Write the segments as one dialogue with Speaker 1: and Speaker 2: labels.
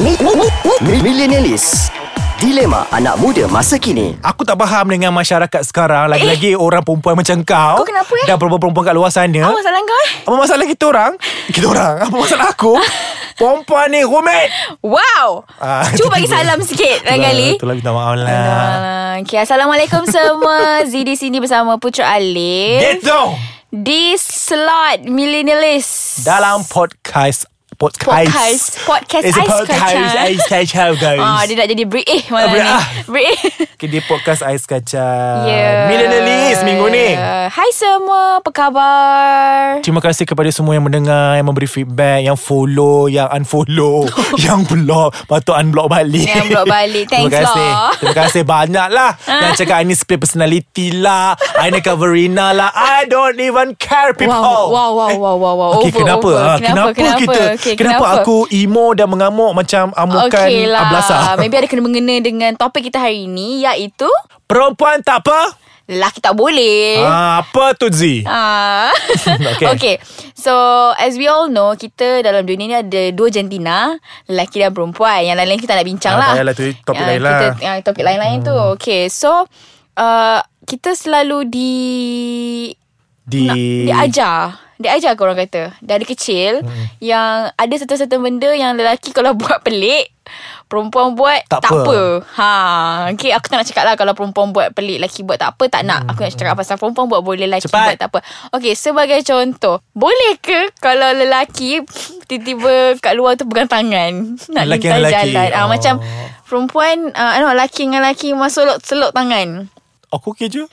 Speaker 1: Mi- mi- mi- mi- Millenialis Dilema anak muda masa kini
Speaker 2: Aku tak faham dengan masyarakat sekarang Lagi-lagi orang perempuan macam kau
Speaker 3: Eh. Kau kenapa, eh?
Speaker 2: Dan perempuan-perempuan kat luar sana
Speaker 3: Apa masalah kau eh?
Speaker 2: Apa masalah kita orang? Kita orang? Apa masalah aku? Perempuan ni rumit
Speaker 3: Wow
Speaker 2: Ah,
Speaker 3: Cuba bagi
Speaker 2: tiba-tiba.
Speaker 3: salam sikit Lain kali
Speaker 2: Itulah minta maaf lah
Speaker 3: Ah, Okay, Assalamualaikum semua Z di sini bersama Putra Alif
Speaker 2: Gitu
Speaker 3: Di slot Millennialist
Speaker 2: Dalam podcast Podcast
Speaker 3: Podcast Podcast
Speaker 2: It's a
Speaker 3: Ais
Speaker 2: podcast
Speaker 3: Kacang
Speaker 2: Ais Kacang guys
Speaker 3: Ah, dia nak jadi Brie malam
Speaker 2: Brie,
Speaker 3: ni
Speaker 2: ah.
Speaker 3: Brie
Speaker 2: okay, Di podcast Ais Kacang
Speaker 3: Yeah.
Speaker 2: Millennialist minggu ni
Speaker 3: Yeah. Hai semua, apa khabar?
Speaker 2: Terima kasih kepada semua yang mendengar Yang memberi feedback Yang follow Yang unfollow Yang block Lepas tu unblock balik
Speaker 3: Yang block balik. Thanks Ah.
Speaker 2: Terima kasih
Speaker 3: lah.
Speaker 2: Terima kasih banyak lah Yang cakap I ni split personality lah I ni Kavarina lah I don't even care people
Speaker 3: Wow, wow, wow, wow, wow, wow.
Speaker 2: Okay,
Speaker 3: over,
Speaker 2: kenapa?
Speaker 3: over.
Speaker 2: ah? kenapa, kita?
Speaker 3: Okay,
Speaker 2: kenapa, aku ah? emo dan mengamuk macam amukan
Speaker 3: okay lah.
Speaker 2: ablasa?
Speaker 3: Maybe ada kena mengena dengan topik kita hari ini iaitu
Speaker 2: Perempuan tak apa?
Speaker 3: lelaki tak boleh.
Speaker 2: Ah, apa tu Zee?
Speaker 3: Ah.
Speaker 2: Okay.
Speaker 3: okay. So as we all know Kita dalam dunia ni Ada dua jantina Lelaki dan perempuan Yang lain-lain kita nak bincang
Speaker 2: Ah,
Speaker 3: lah
Speaker 2: tak payahlah tu, topik
Speaker 3: Ah,
Speaker 2: lain
Speaker 3: kita,
Speaker 2: lah. Hmm.
Speaker 3: ah, Topik lain-lain tu Okay so uh, Kita selalu di
Speaker 2: Di...
Speaker 3: nak, Diajar Diajar korang kata Dari kecil hmm. Yang ada satu-satu benda Yang lelaki kalau buat pelik Perempuan buat
Speaker 2: Tak
Speaker 3: Tak,
Speaker 2: apa.
Speaker 3: apa. Ha, okay, aku tak nak cakap lah Kalau perempuan buat pelik Lelaki buat tak apa Tak nak Aku nak cakap pasal perempuan buat boleh Lelaki
Speaker 2: Mm. Cepat.
Speaker 3: buat tak apa Okay sebagai contoh Boleh ke Kalau lelaki Tiba-tiba kat luar tu pegang tangan Nak
Speaker 2: Lelaki
Speaker 3: lintas
Speaker 2: dengan lelaki.
Speaker 3: jalan Ah,
Speaker 2: Oh.
Speaker 3: Macam Perempuan uh, no, Lelaki dengan lelaki Masuk selok, selok tangan
Speaker 2: Aku okay Oh, je?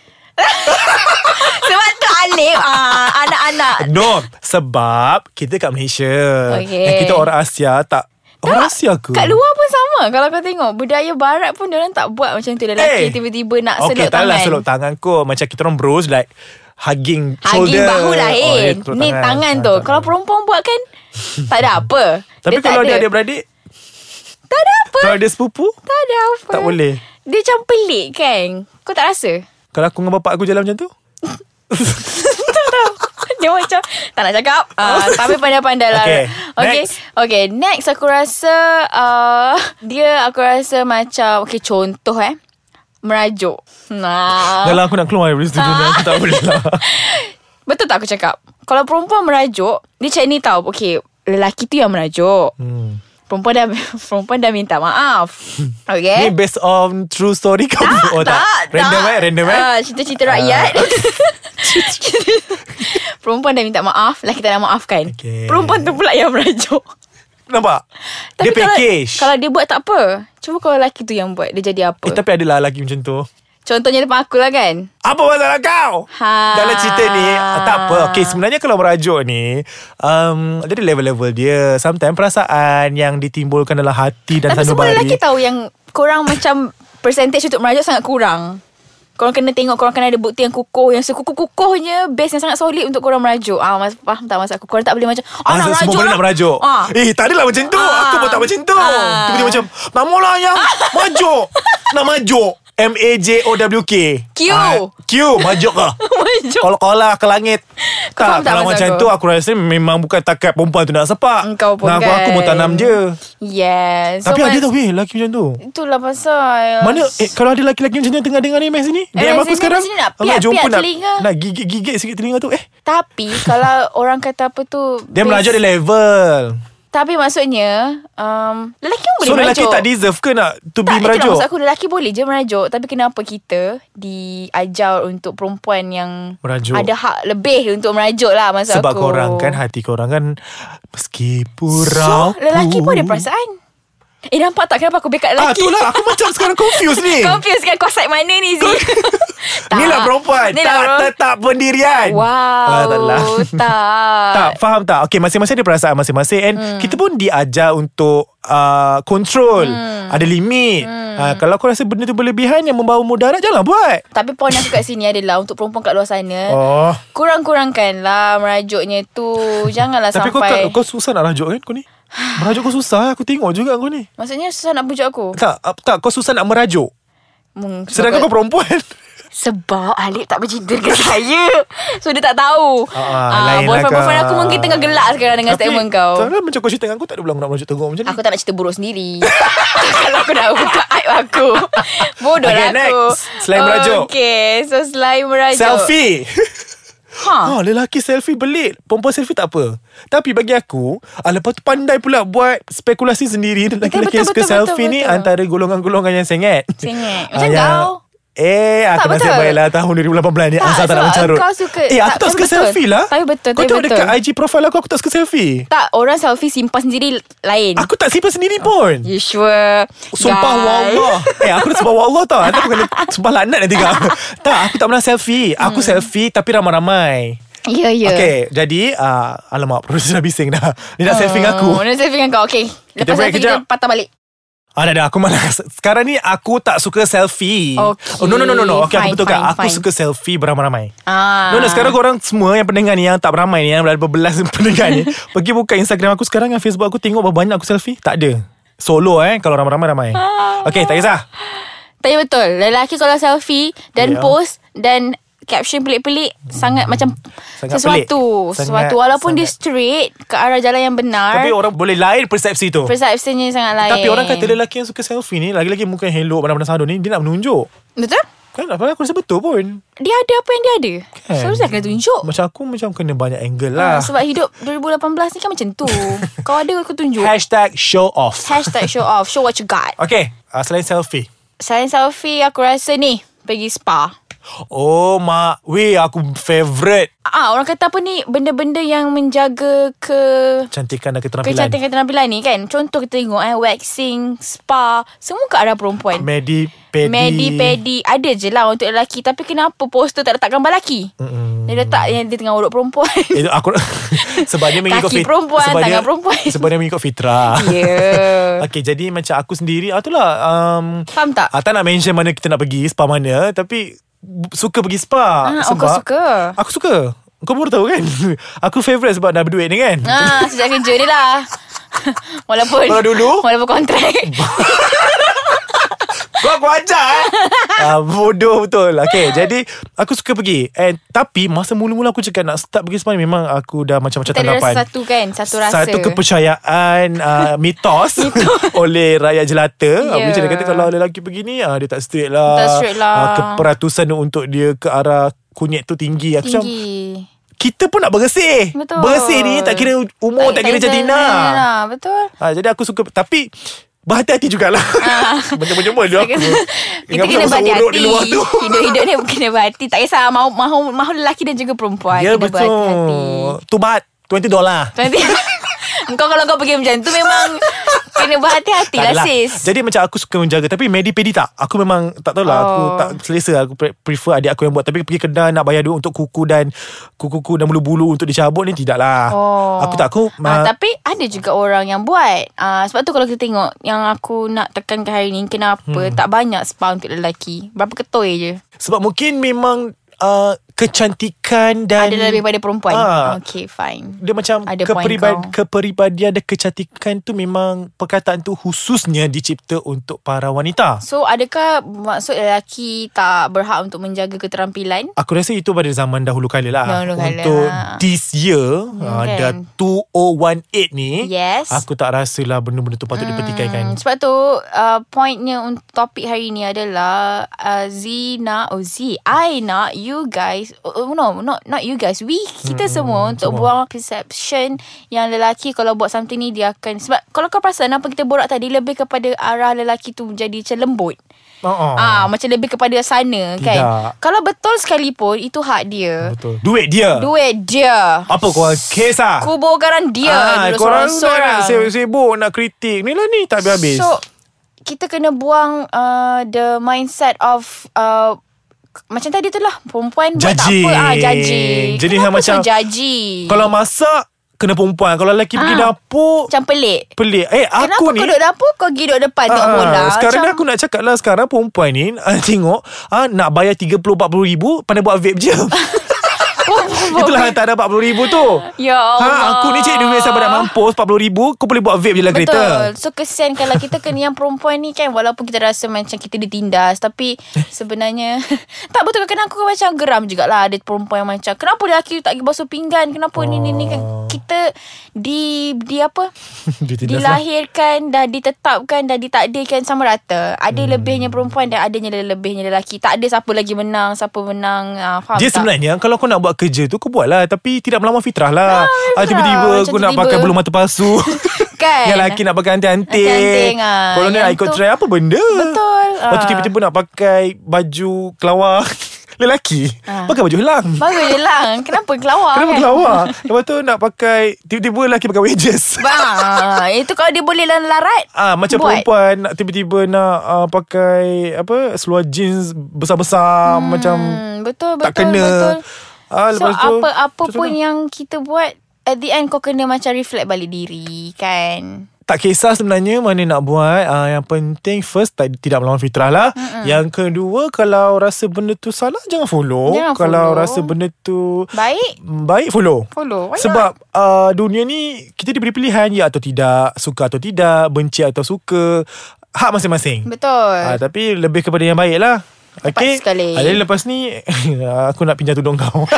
Speaker 3: Sebab tu Alif ah, Anak-anak
Speaker 2: No, sebab kita kat Malaysia.
Speaker 3: Okay.
Speaker 2: Dan kita orang Asia tak... Orang Asia ke?
Speaker 3: Kat luar pun sama Kalau kau tengok Budaya barat pun Diorang tak buat macam tu
Speaker 2: Eh.
Speaker 3: Lelaki tiba-tiba nak
Speaker 2: okay,
Speaker 3: selok
Speaker 2: tak
Speaker 3: tangan
Speaker 2: lah selok tangan kot. Macam kita orang bros like... Hugging,
Speaker 3: Haging
Speaker 2: shoulder. Oh,
Speaker 3: bahu lain
Speaker 2: ya,
Speaker 3: oh,
Speaker 2: selok
Speaker 3: Ni tangan, tu
Speaker 2: Ah,
Speaker 3: Kalau perempuan buat kan Tak ada apa
Speaker 2: Tapi
Speaker 3: dia
Speaker 2: kalau
Speaker 3: tak
Speaker 2: dia
Speaker 3: ada,
Speaker 2: adik-beradik,
Speaker 3: Tak ada apa
Speaker 2: kalau dia sepupu,
Speaker 3: Tak ada apa
Speaker 2: tak boleh.
Speaker 3: Dia macam pelik kan Kau tak rasa
Speaker 2: Kalau aku dengan bapak aku jalan macam tu
Speaker 3: Dia macam Tak nak cakap uh, Tapi pandai-pandai
Speaker 2: Oh.
Speaker 3: lah
Speaker 2: Okay,
Speaker 3: okay.
Speaker 2: next.
Speaker 3: okay Next aku rasa uh, Dia aku rasa macam Okay contoh eh Merajuk Nah.
Speaker 2: Kalau aku nak keluar dari studio ni
Speaker 3: Ah.
Speaker 2: Aku tak boleh lah
Speaker 3: Betul tak aku cakap? Kalau perempuan merajuk, dia macam ni tau. Okay, lelaki tu yang merajuk.
Speaker 2: hmm.
Speaker 3: Perempuan dah perempuan dah minta maaf.
Speaker 2: Ni
Speaker 3: Okay?
Speaker 2: based on true story kau Oh, tak, Random eh Random eh
Speaker 3: Ah, cerita-cerita rakyat. perempuan dah minta maaf, lelaki tak nak maafkan.
Speaker 2: Okay.
Speaker 3: Perempuan tu pula yang merajuk.
Speaker 2: Nampak?
Speaker 3: Tapi
Speaker 2: dia package
Speaker 3: Kalau, kalau dia buat tak apa. Cuba kalau lelaki tu yang buat, dia jadi apa?
Speaker 2: Eh tapi adalah lagi macam tu
Speaker 3: Contohnya depan aku lah kan.
Speaker 2: Apa masalah kau?
Speaker 3: Ha.
Speaker 2: Dalam cerita ni ah, Tak apa Okay sebenarnya kalau merajuk ni um, Dia ada level-level dia Sometimes perasaan Yang ditimbulkan dalam hati Dan Ah,
Speaker 3: Tapi semua
Speaker 2: sanubari
Speaker 3: lelaki oh, tahu yang korang macam percentage untuk merajuk sangat kurang. Korang kena tengok Korang kena ada bukti yang kukuh Yang sekukuh-kukuhnya Base yang sangat solid Untuk korang merajuk ah, mas, Faham tak maksud aku Korang tak boleh macam
Speaker 2: Ah,
Speaker 3: ah, nak
Speaker 2: semua
Speaker 3: merajuk
Speaker 2: benda
Speaker 3: lah.
Speaker 2: nak merajuk
Speaker 3: ah.
Speaker 2: Eh tak adalah macam tu
Speaker 3: Ah.
Speaker 2: Aku pun tak macam tu
Speaker 3: Ah.
Speaker 2: Tiba-tiba macam Mamulah yang Majuk Nak majuk M-A-J-O-W-K
Speaker 3: Q.
Speaker 2: Ah, Q Majuk lah
Speaker 3: Merajuk
Speaker 2: Kolak-kolak ke langit
Speaker 3: Kau faham
Speaker 2: tak,
Speaker 3: tak
Speaker 2: kalau
Speaker 3: maksud
Speaker 2: macam
Speaker 3: aku?
Speaker 2: tu aku rasa memang bukan takat perempuan tu nak sepak.
Speaker 3: Engkau pun
Speaker 2: Dengan aku,
Speaker 3: kan
Speaker 2: aku pun tanam je.
Speaker 3: Yes
Speaker 2: Tapi ada
Speaker 3: mas-
Speaker 2: tau weh lelaki macam tu.
Speaker 3: Itulah pasal
Speaker 2: Mana eh, kalau ada lelaki-lelaki macam tu yang tengah dengar ni mes ni,
Speaker 3: Eh,
Speaker 2: DM
Speaker 3: mes
Speaker 2: aku
Speaker 3: ni,
Speaker 2: sekarang.
Speaker 3: mes ni nak
Speaker 2: aku nak
Speaker 3: piak-piak
Speaker 2: jumpa nak,
Speaker 3: telinga.
Speaker 2: nak gigit-gigit sikit telinga tu. Eh,
Speaker 3: Tapi Kalau orang kata apa tu
Speaker 2: dia
Speaker 3: base-
Speaker 2: merajuk dia level.
Speaker 3: Tapi maksudnya um, Lelaki pun boleh
Speaker 2: So
Speaker 3: merajuk
Speaker 2: lelaki tak deserve ke nak to be
Speaker 3: tak, itulah
Speaker 2: merajuk?
Speaker 3: maksud aku lelaki boleh je merajuk Tapi kenapa kita diajar untuk perempuan yang
Speaker 2: Merajuk.
Speaker 3: Ada hak lebih untuk merajuk lah maksud
Speaker 2: Sebab
Speaker 3: aku
Speaker 2: korang kan Hati korang kan Meski
Speaker 3: So
Speaker 2: purau
Speaker 3: lelaki pun ada perasaan Eh nampak tak kenapa aku bekat
Speaker 2: Ah
Speaker 3: lelaki
Speaker 2: itulah Aku macam sekarang confused ni
Speaker 3: Confused kan kau side mana ni Zee Tak.
Speaker 2: Ni lah perempuan
Speaker 3: Ni lah
Speaker 2: Tak
Speaker 3: perempuan.
Speaker 2: tetap pendirian
Speaker 3: Wow
Speaker 2: ah, tak, lah.
Speaker 3: tak.
Speaker 2: tak faham tak Okay masing-masing ada perasaan masing-masing And hmm. kita pun diajar untuk uh, Control hmm. Ada limit hmm. uh, Kalau kau rasa benda tu berlebihan Yang membawa mudarat Jangan buat
Speaker 3: Tapi poin aku kat sini adalah Untuk perempuan kat luar sana
Speaker 2: Oh
Speaker 3: Kurang-kurangkan lah merajuknya tu Janganlah
Speaker 2: Tapi kau,
Speaker 3: sampai
Speaker 2: kau, kau susah nak rajuk kan kau ni Merajuk kau susah Aku tengok juga kau ni
Speaker 3: Maksudnya susah nak pujuk aku
Speaker 2: Tak, tak kau susah nak merajuk
Speaker 3: Hmm, sebab
Speaker 2: Sedangkan kau perempuan
Speaker 3: Sebab Alip tak bercinta dengan saya So dia tak tahu
Speaker 2: Ah,
Speaker 3: Ah,
Speaker 2: lain lah
Speaker 3: Boyfriend-boyfriend
Speaker 2: kau.
Speaker 3: aku mungkin tengah gelak sekarang Dengan
Speaker 2: Tapi,
Speaker 3: statement kau
Speaker 2: Sebenarnya macam kau cerita dengan aku Tak ada bilang nak merajuk tengok macam ni
Speaker 3: Aku tak nak cerita buruk sendiri Kalau aku dah buka aib aku Bodoh
Speaker 2: Okay,
Speaker 3: lah aku
Speaker 2: next. Selain merajuk.
Speaker 3: Okay So selain merajuk
Speaker 2: Selfie
Speaker 3: ha.
Speaker 2: Ha, lelaki selfie belit Perempuan selfie tak apa Tapi bagi aku ah, Lepas tu pandai pula buat Spekulasi sendiri Lelaki-lelaki
Speaker 3: betul,
Speaker 2: yang suka
Speaker 3: betul,
Speaker 2: selfie
Speaker 3: betul,
Speaker 2: ni
Speaker 3: betul.
Speaker 2: Antara golongan-golongan yang sengit
Speaker 3: Sengit.
Speaker 2: Ah,
Speaker 3: Macam
Speaker 2: yang-
Speaker 3: kau.
Speaker 2: Eh Aku
Speaker 3: Tak,
Speaker 2: nasib
Speaker 3: betul.
Speaker 2: baiklah Tahun 2018 ni Azhar tak
Speaker 3: Tak,
Speaker 2: nak
Speaker 3: sebab
Speaker 2: mencarut
Speaker 3: kau suka-
Speaker 2: Eh aku
Speaker 3: tak,
Speaker 2: tak, suka
Speaker 3: betul.
Speaker 2: selfie lah
Speaker 3: Tapi betul,
Speaker 2: Kau
Speaker 3: tapi
Speaker 2: tengok
Speaker 3: betul. Hmm.
Speaker 2: dekat IG profile aku Aku tak suka selfie
Speaker 3: Tak orang selfie simpan sendiri Lain
Speaker 2: Aku tak simpan sendiri pun
Speaker 3: You sure
Speaker 2: Sumpah
Speaker 3: guys?
Speaker 2: wallah Eh aku dah sumpah wallah tau Nanti aku kena Sumpah laknat nanti kau Tak aku tak pernah selfie Aku
Speaker 3: Hmm.
Speaker 2: selfie Tapi ramai-ramai
Speaker 3: Ya ya
Speaker 2: Okay jadi uh, Alamak producer dah bising dah Dia nak
Speaker 3: Oh,
Speaker 2: selfie dengan aku
Speaker 3: Nak selfie dengan kau Okay
Speaker 2: break
Speaker 3: Lepas selfie
Speaker 2: kejap.
Speaker 3: kita patah balik
Speaker 2: Ah dah dah aku malah Sekarang ni aku tak suka selfie
Speaker 3: Okay,
Speaker 2: oh, No no no no, no. Okay
Speaker 3: fine,
Speaker 2: aku betulkan
Speaker 3: fine,
Speaker 2: Aku
Speaker 3: fine.
Speaker 2: suka selfie beramai-ramai
Speaker 3: ah.
Speaker 2: No no sekarang korang semua Yang pendengar ni Yang tak beramai ni Yang ada berbelas pendengar ni Pergi buka Instagram aku sekarang Yang Facebook aku tengok Berapa banyak aku selfie Tak ada Solo eh Kalau ramai-ramai ramai
Speaker 3: Ah.
Speaker 2: Okay tak kisah
Speaker 3: Eh. Tapi betul Lelaki kalau selfie Dan
Speaker 2: Ya.
Speaker 3: post Dan caption pelik-pelik Sangat macam
Speaker 2: Sangat
Speaker 3: Sesuatu
Speaker 2: pelik. Sangat-
Speaker 3: Sesuatu Walaupun dia
Speaker 2: sangat.
Speaker 3: straight Ke arah jalan yang benar
Speaker 2: Tapi orang boleh lain persepsi tu
Speaker 3: Persepsinya sangat lain
Speaker 2: Tapi orang kata lelaki yang suka selfie ni Lagi-lagi muka yang helok Pandang-pandang sarung ni Dia nak menunjuk
Speaker 3: Betul?
Speaker 2: Kan apa aku rasa betul pun
Speaker 3: Dia ada apa yang dia ada
Speaker 2: Kan?
Speaker 3: So dia kena tunjuk
Speaker 2: Macam aku macam kena banyak angle
Speaker 3: ha,
Speaker 2: lah
Speaker 3: Oh. Sebab hidup 2018 ni kan macam tu Kau ada kau tunjuk
Speaker 2: Hashtag show off
Speaker 3: Hashtag show off Show what you got
Speaker 2: Okay uh, Selain selfie
Speaker 3: Selain selfie Aku rasa ni Pergi spa
Speaker 2: Oh mak Weh aku favourite
Speaker 3: Ah, orang kata apa ni Benda-benda yang menjaga ke
Speaker 2: Cantikan dan keterampilan
Speaker 3: Kecantikan keterampilan ni kan Contoh kita tengok eh Waxing Spa Semua ke arah
Speaker 2: Ah,
Speaker 3: perempuan
Speaker 2: Medi Pedi
Speaker 3: Medi, pedi Ada je lah untuk lelaki Tapi kenapa poster tak letak gambar lelaki Mm-mm. Dia letak yang dia tengah urut perempuan
Speaker 2: Itu Eh, aku Sebab dia mengikut fit-
Speaker 3: Kaki perempuan,
Speaker 2: sebab dia-
Speaker 3: tangan perempuan.
Speaker 2: Sebab dia mengikut fitrah
Speaker 3: Ya yeah.
Speaker 2: Okay jadi macam aku sendiri ah, Itulah um,
Speaker 3: Faham tak?
Speaker 2: ah, Tak nak mention mana kita nak pergi Spa mana Tapi b- Suka pergi spa
Speaker 3: Ah, oh,
Speaker 2: Sebab
Speaker 3: kau suka.
Speaker 2: Aku suka Kau baru tahu kan Aku favourite sebab dah berduit ni kan
Speaker 3: Ah, sejak kerja ni lah Walaupun
Speaker 2: Kalau dulu?
Speaker 3: Walaupun kontrak
Speaker 2: Kau aku ajar eh ah, Bodoh betul Okay jadi Aku suka pergi And Tapi masa mula-mula aku cakap Nak start pergi spa ni Memang aku dah macam-macam
Speaker 3: Kita ada
Speaker 2: tanggapan
Speaker 3: rasa satu kan Satu rasa
Speaker 2: Satu kepercayaan uh, mitos, oleh rakyat jelata.
Speaker 3: Ya.
Speaker 2: Yeah. Macam dia kata kalau lelaki begini uh, dia tak straight lah.
Speaker 3: Tak straight lah.
Speaker 2: Ah, keperatusan untuk dia ke arah kunyit tu tinggi. Aku macam
Speaker 3: Tinggi
Speaker 2: kita pun nak bersih.
Speaker 3: Betul Eh,
Speaker 2: Bersih ni tak kira umur, tak, kira jantina.
Speaker 3: lah, Betul
Speaker 2: Ha, jadi aku suka tapi berhati-hati jugalah. Macam-macam pun dia aku.
Speaker 3: Kita
Speaker 2: Dengan
Speaker 3: Ah. kena
Speaker 2: pasal-pasal urut
Speaker 3: berhati-hati
Speaker 2: di luar tu.
Speaker 3: Hidup-hidup ni kena berhati Tak kisah Mahu, mahu, mahu lelaki dan juga perempuan
Speaker 2: Ya
Speaker 3: Kena berhati-hati
Speaker 2: betul. Tu baht 20 dolar.
Speaker 3: Nanti Engkau kalau kau pergi macam tu Memang Kena berhati-hati lah
Speaker 2: Tak adalah.
Speaker 3: sis
Speaker 2: Jadi macam aku suka menjaga Tapi medi-pedi tak Aku memang tak tahulah oh. Aku
Speaker 3: Oh.
Speaker 2: tak selesa Aku pre- prefer adik aku yang buat Tapi pergi kedai nak bayar duit Untuk kuku dan Kuku-kuku dan bulu-bulu Untuk dicabut ni Tidak lah
Speaker 3: Oh.
Speaker 2: Aku tak Aku
Speaker 3: Ah,
Speaker 2: ma-
Speaker 3: tapi ada juga orang yang buat. Ah sebab tu kalau kita tengok yang aku nak tekankan hari ni kenapa hmm. tak banyak spa untuk lelaki. Berapa ketoi je.
Speaker 2: Sebab mungkin memang uh, Kecantikan dan
Speaker 3: Ada lebih pada perempuan.
Speaker 2: Ah.
Speaker 3: Okay fine.
Speaker 2: dia macam
Speaker 3: Ada point
Speaker 2: keperibad,
Speaker 3: kau.
Speaker 2: keperibadian dan kecantikan tu memang perkataan tu khususnya dicipta untuk para wanita.
Speaker 3: So adakah maksud lelaki tak berhak untuk menjaga keterampilan?
Speaker 2: Aku rasa itu pada zaman dahulu kala lah
Speaker 3: Dahulu kala.
Speaker 2: Untuk this year hmm,
Speaker 3: kan?
Speaker 2: Dah 2018 ni
Speaker 3: Yes.
Speaker 2: Eh, Aku tak rasalah benda-benda tu patut hmm. dipertikaikan
Speaker 3: Hmm, sebab tu uh, pointnya untuk topik hari ni adalah uh, Zina oh Z I not you guys oh, oh, no not not you guys we kita hmm, semua untuk
Speaker 2: semua.
Speaker 3: buang perception yang lelaki kalau buat something ni dia akan sebab kalau kau perasan apa kita borak tadi lebih kepada arah lelaki tu menjadi macam lembut
Speaker 2: uh-uh.
Speaker 3: ah macam lebih kepada sana kan
Speaker 2: Tidak.
Speaker 3: kalau betul sekalipun itu hak dia
Speaker 2: Betul Duit dia
Speaker 3: duit dia
Speaker 2: Apa korang kisah
Speaker 3: kuburkan dia
Speaker 2: Ah,
Speaker 3: dulu
Speaker 2: Korang
Speaker 3: seorang-seorang
Speaker 2: nak sibuk-sibuk Nak kritik Ni lah ni tak habis-habis
Speaker 3: So kita kena buang uh, the mindset of uh, k- macam tadi tu lah perempuan buat tak
Speaker 2: Judging.
Speaker 3: apa ah judging.
Speaker 2: Jadi
Speaker 3: Kenapa
Speaker 2: macam-
Speaker 3: so judging?
Speaker 2: Kalau masak Kena perempuan Kalau lelaki pergi
Speaker 3: Ah.
Speaker 2: dapur
Speaker 3: macam pelik.
Speaker 2: Pelik Eh
Speaker 3: Kenapa
Speaker 2: aku ni Ah,
Speaker 3: kau duduk dapur kau pergi duduk depan tengok bola?
Speaker 2: Sekarang ni
Speaker 3: macam,
Speaker 2: aku nak cakap lah Sekarang perempuan ni ah, Tengok ah, Nak bayar 30-40 ribu Pandai buat vape je Itulah antara RM40,000 tu
Speaker 3: Ya Allah.
Speaker 2: ha, Aku ni cik duit sampai nak mampus RM40,000 Kau boleh buat vape je dalam kereta
Speaker 3: Betul So kesian kalau kita kena yang perempuan ni kan Walaupun kita rasa macam kita ditindas Tapi
Speaker 2: Eh.
Speaker 3: sebenarnya Tak betul kan aku macam geram jugalah Ada perempuan yang macam Kenapa lelaki tak pergi basuh pinggan Kenapa ni ni ni kan
Speaker 2: Oh.
Speaker 3: Kita di di apa
Speaker 2: Ditindas lah.
Speaker 3: Dilahirkan Dah ditetapkan Dah ditakdirkan sama rata Ada
Speaker 2: Hmm.
Speaker 3: lebihnya perempuan Dan adanya lebihnya lelaki Tak ada siapa lagi menang Siapa menang ah, Faham
Speaker 2: Dia
Speaker 3: tak?
Speaker 2: sebenarnya Kalau kau nak buat kerja tu Kau buat lah Tapi tidak melawan fitrah lah ah,
Speaker 3: fitrah.
Speaker 2: Tiba-tiba
Speaker 3: Macam
Speaker 2: Kau nak
Speaker 3: tiba-tiba.
Speaker 2: pakai bulu mata palsu
Speaker 3: Kan
Speaker 2: Yang lelaki nak pakai
Speaker 3: Anting-anting,
Speaker 2: anting-anting
Speaker 3: ah.
Speaker 2: Kalau ni
Speaker 3: Yang
Speaker 2: nak ikut
Speaker 3: tu-
Speaker 2: trend Apa benda
Speaker 3: Betul,
Speaker 2: Lepas tu
Speaker 3: ah.
Speaker 2: tiba-tiba nak pakai Baju kelawar Lelaki
Speaker 3: Ah.
Speaker 2: Pakai baju helang
Speaker 3: Bagus je lah Kenapa kelawar
Speaker 2: Kenapa
Speaker 3: kan?
Speaker 2: kelawar Lepas tu nak pakai Tiba-tiba lelaki pakai wedges
Speaker 3: Bah, itu kalau dia boleh lan- larat
Speaker 2: Ah macam
Speaker 3: buat.
Speaker 2: Buat. perempuan nak tiba-tiba nak uh, pakai apa seluar jeans besar-besar hmm, macam
Speaker 3: Hmm, betul betul
Speaker 2: tak kena.
Speaker 3: betul.
Speaker 2: Ah
Speaker 3: so
Speaker 2: lepas tu
Speaker 3: apa apa
Speaker 2: macam
Speaker 3: pun
Speaker 2: mana?
Speaker 3: yang kita buat at the end kau kena macam reflect balik diri kan.
Speaker 2: tak kisah sebenarnya mana nak buat. Ah yang penting first tak, tidak melawan fitrah lah. Mm-mm. Yang kedua kalau rasa benda tu salah jangan follow.
Speaker 3: Jangan
Speaker 2: kalau
Speaker 3: follow.
Speaker 2: rasa benda tu
Speaker 3: Baik
Speaker 2: baik follow.
Speaker 3: follow. Why
Speaker 2: Sebab uh, dunia ni kita diberi pilihan ya atau tidak, suka atau tidak, benci atau suka, hak masing-masing.
Speaker 3: not? betul.
Speaker 2: Ah, tapi lebih kepada yang baik lah. Okay.
Speaker 3: sekali.
Speaker 2: Ah, jadi lepas ni aku nak pinjam tudung kau.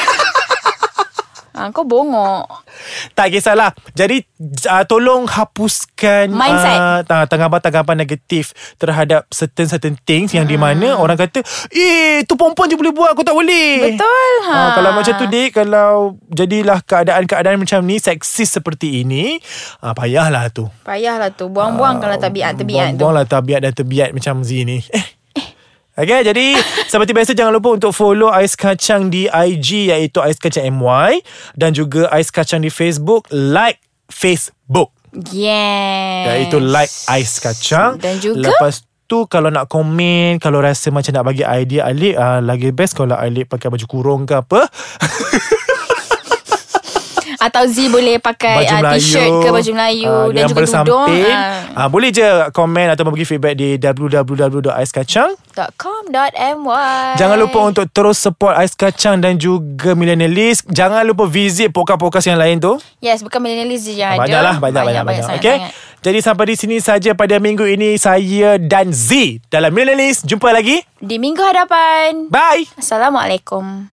Speaker 3: Ah kau bongok.
Speaker 2: tak kisahlah. Jadi uh, tolong hapuskan
Speaker 3: Mindset.
Speaker 2: ah, tanggapan-tanggapan negatif terhadap certain certain things yang di mana
Speaker 3: Hmm.
Speaker 2: orang kata, "Eh, tu perempuan je boleh buat, aku tak boleh."
Speaker 3: Betul,
Speaker 2: Ah,
Speaker 3: ha.
Speaker 2: kalau macam tu dik, kalau jadilah keadaan-keadaan macam ni seksis seperti ini, ah payahlah tu.
Speaker 3: Payahlah tu
Speaker 2: Ah,
Speaker 3: buang-buang kalau tabiat-tabiat tu.
Speaker 2: Buang-buanglah tabiat dan tebiat macam Z ni. Eh. Okay, jadi seperti biasa jangan lupa untuk follow Ais Kacang di IG iaitu Ais Kacang MY dan juga Ais Kacang di Facebook. Like Facebook.
Speaker 3: Yeah.
Speaker 2: Iaitu like Ais Kacang.
Speaker 3: Dan juga
Speaker 2: Lepas tu kalau nak komen, kalau rasa macam nak bagi idea Alip, uh, lagi best kalau Alip pakai baju kurung ke apa.
Speaker 3: atau Z boleh pakai
Speaker 2: baju
Speaker 3: ah,
Speaker 2: Melayu
Speaker 3: t-shirt ke baju Melayu
Speaker 2: ah,
Speaker 3: dan
Speaker 2: yang
Speaker 3: juga tudung.
Speaker 2: bersamping.
Speaker 3: ah.
Speaker 2: Ah, boleh je komen atau bagi feedback di www.aiskacang
Speaker 3: .com.my
Speaker 2: Jangan lupa untuk terus support Ais Kacang dan juga Millennialist. Jangan lupa visit podcast-podcast yang lain tu.
Speaker 3: Yes bukan millennialis je yang ada
Speaker 2: Banyak lah, banyak, banyak, banyak.
Speaker 3: sangat,
Speaker 2: okay?
Speaker 3: sangat.
Speaker 2: Jadi sampai di sini saja pada minggu ini saya dan Z dalam Millennialist. Jumpa lagi.
Speaker 3: Di minggu hadapan
Speaker 2: Bye.
Speaker 3: Assalamualaikum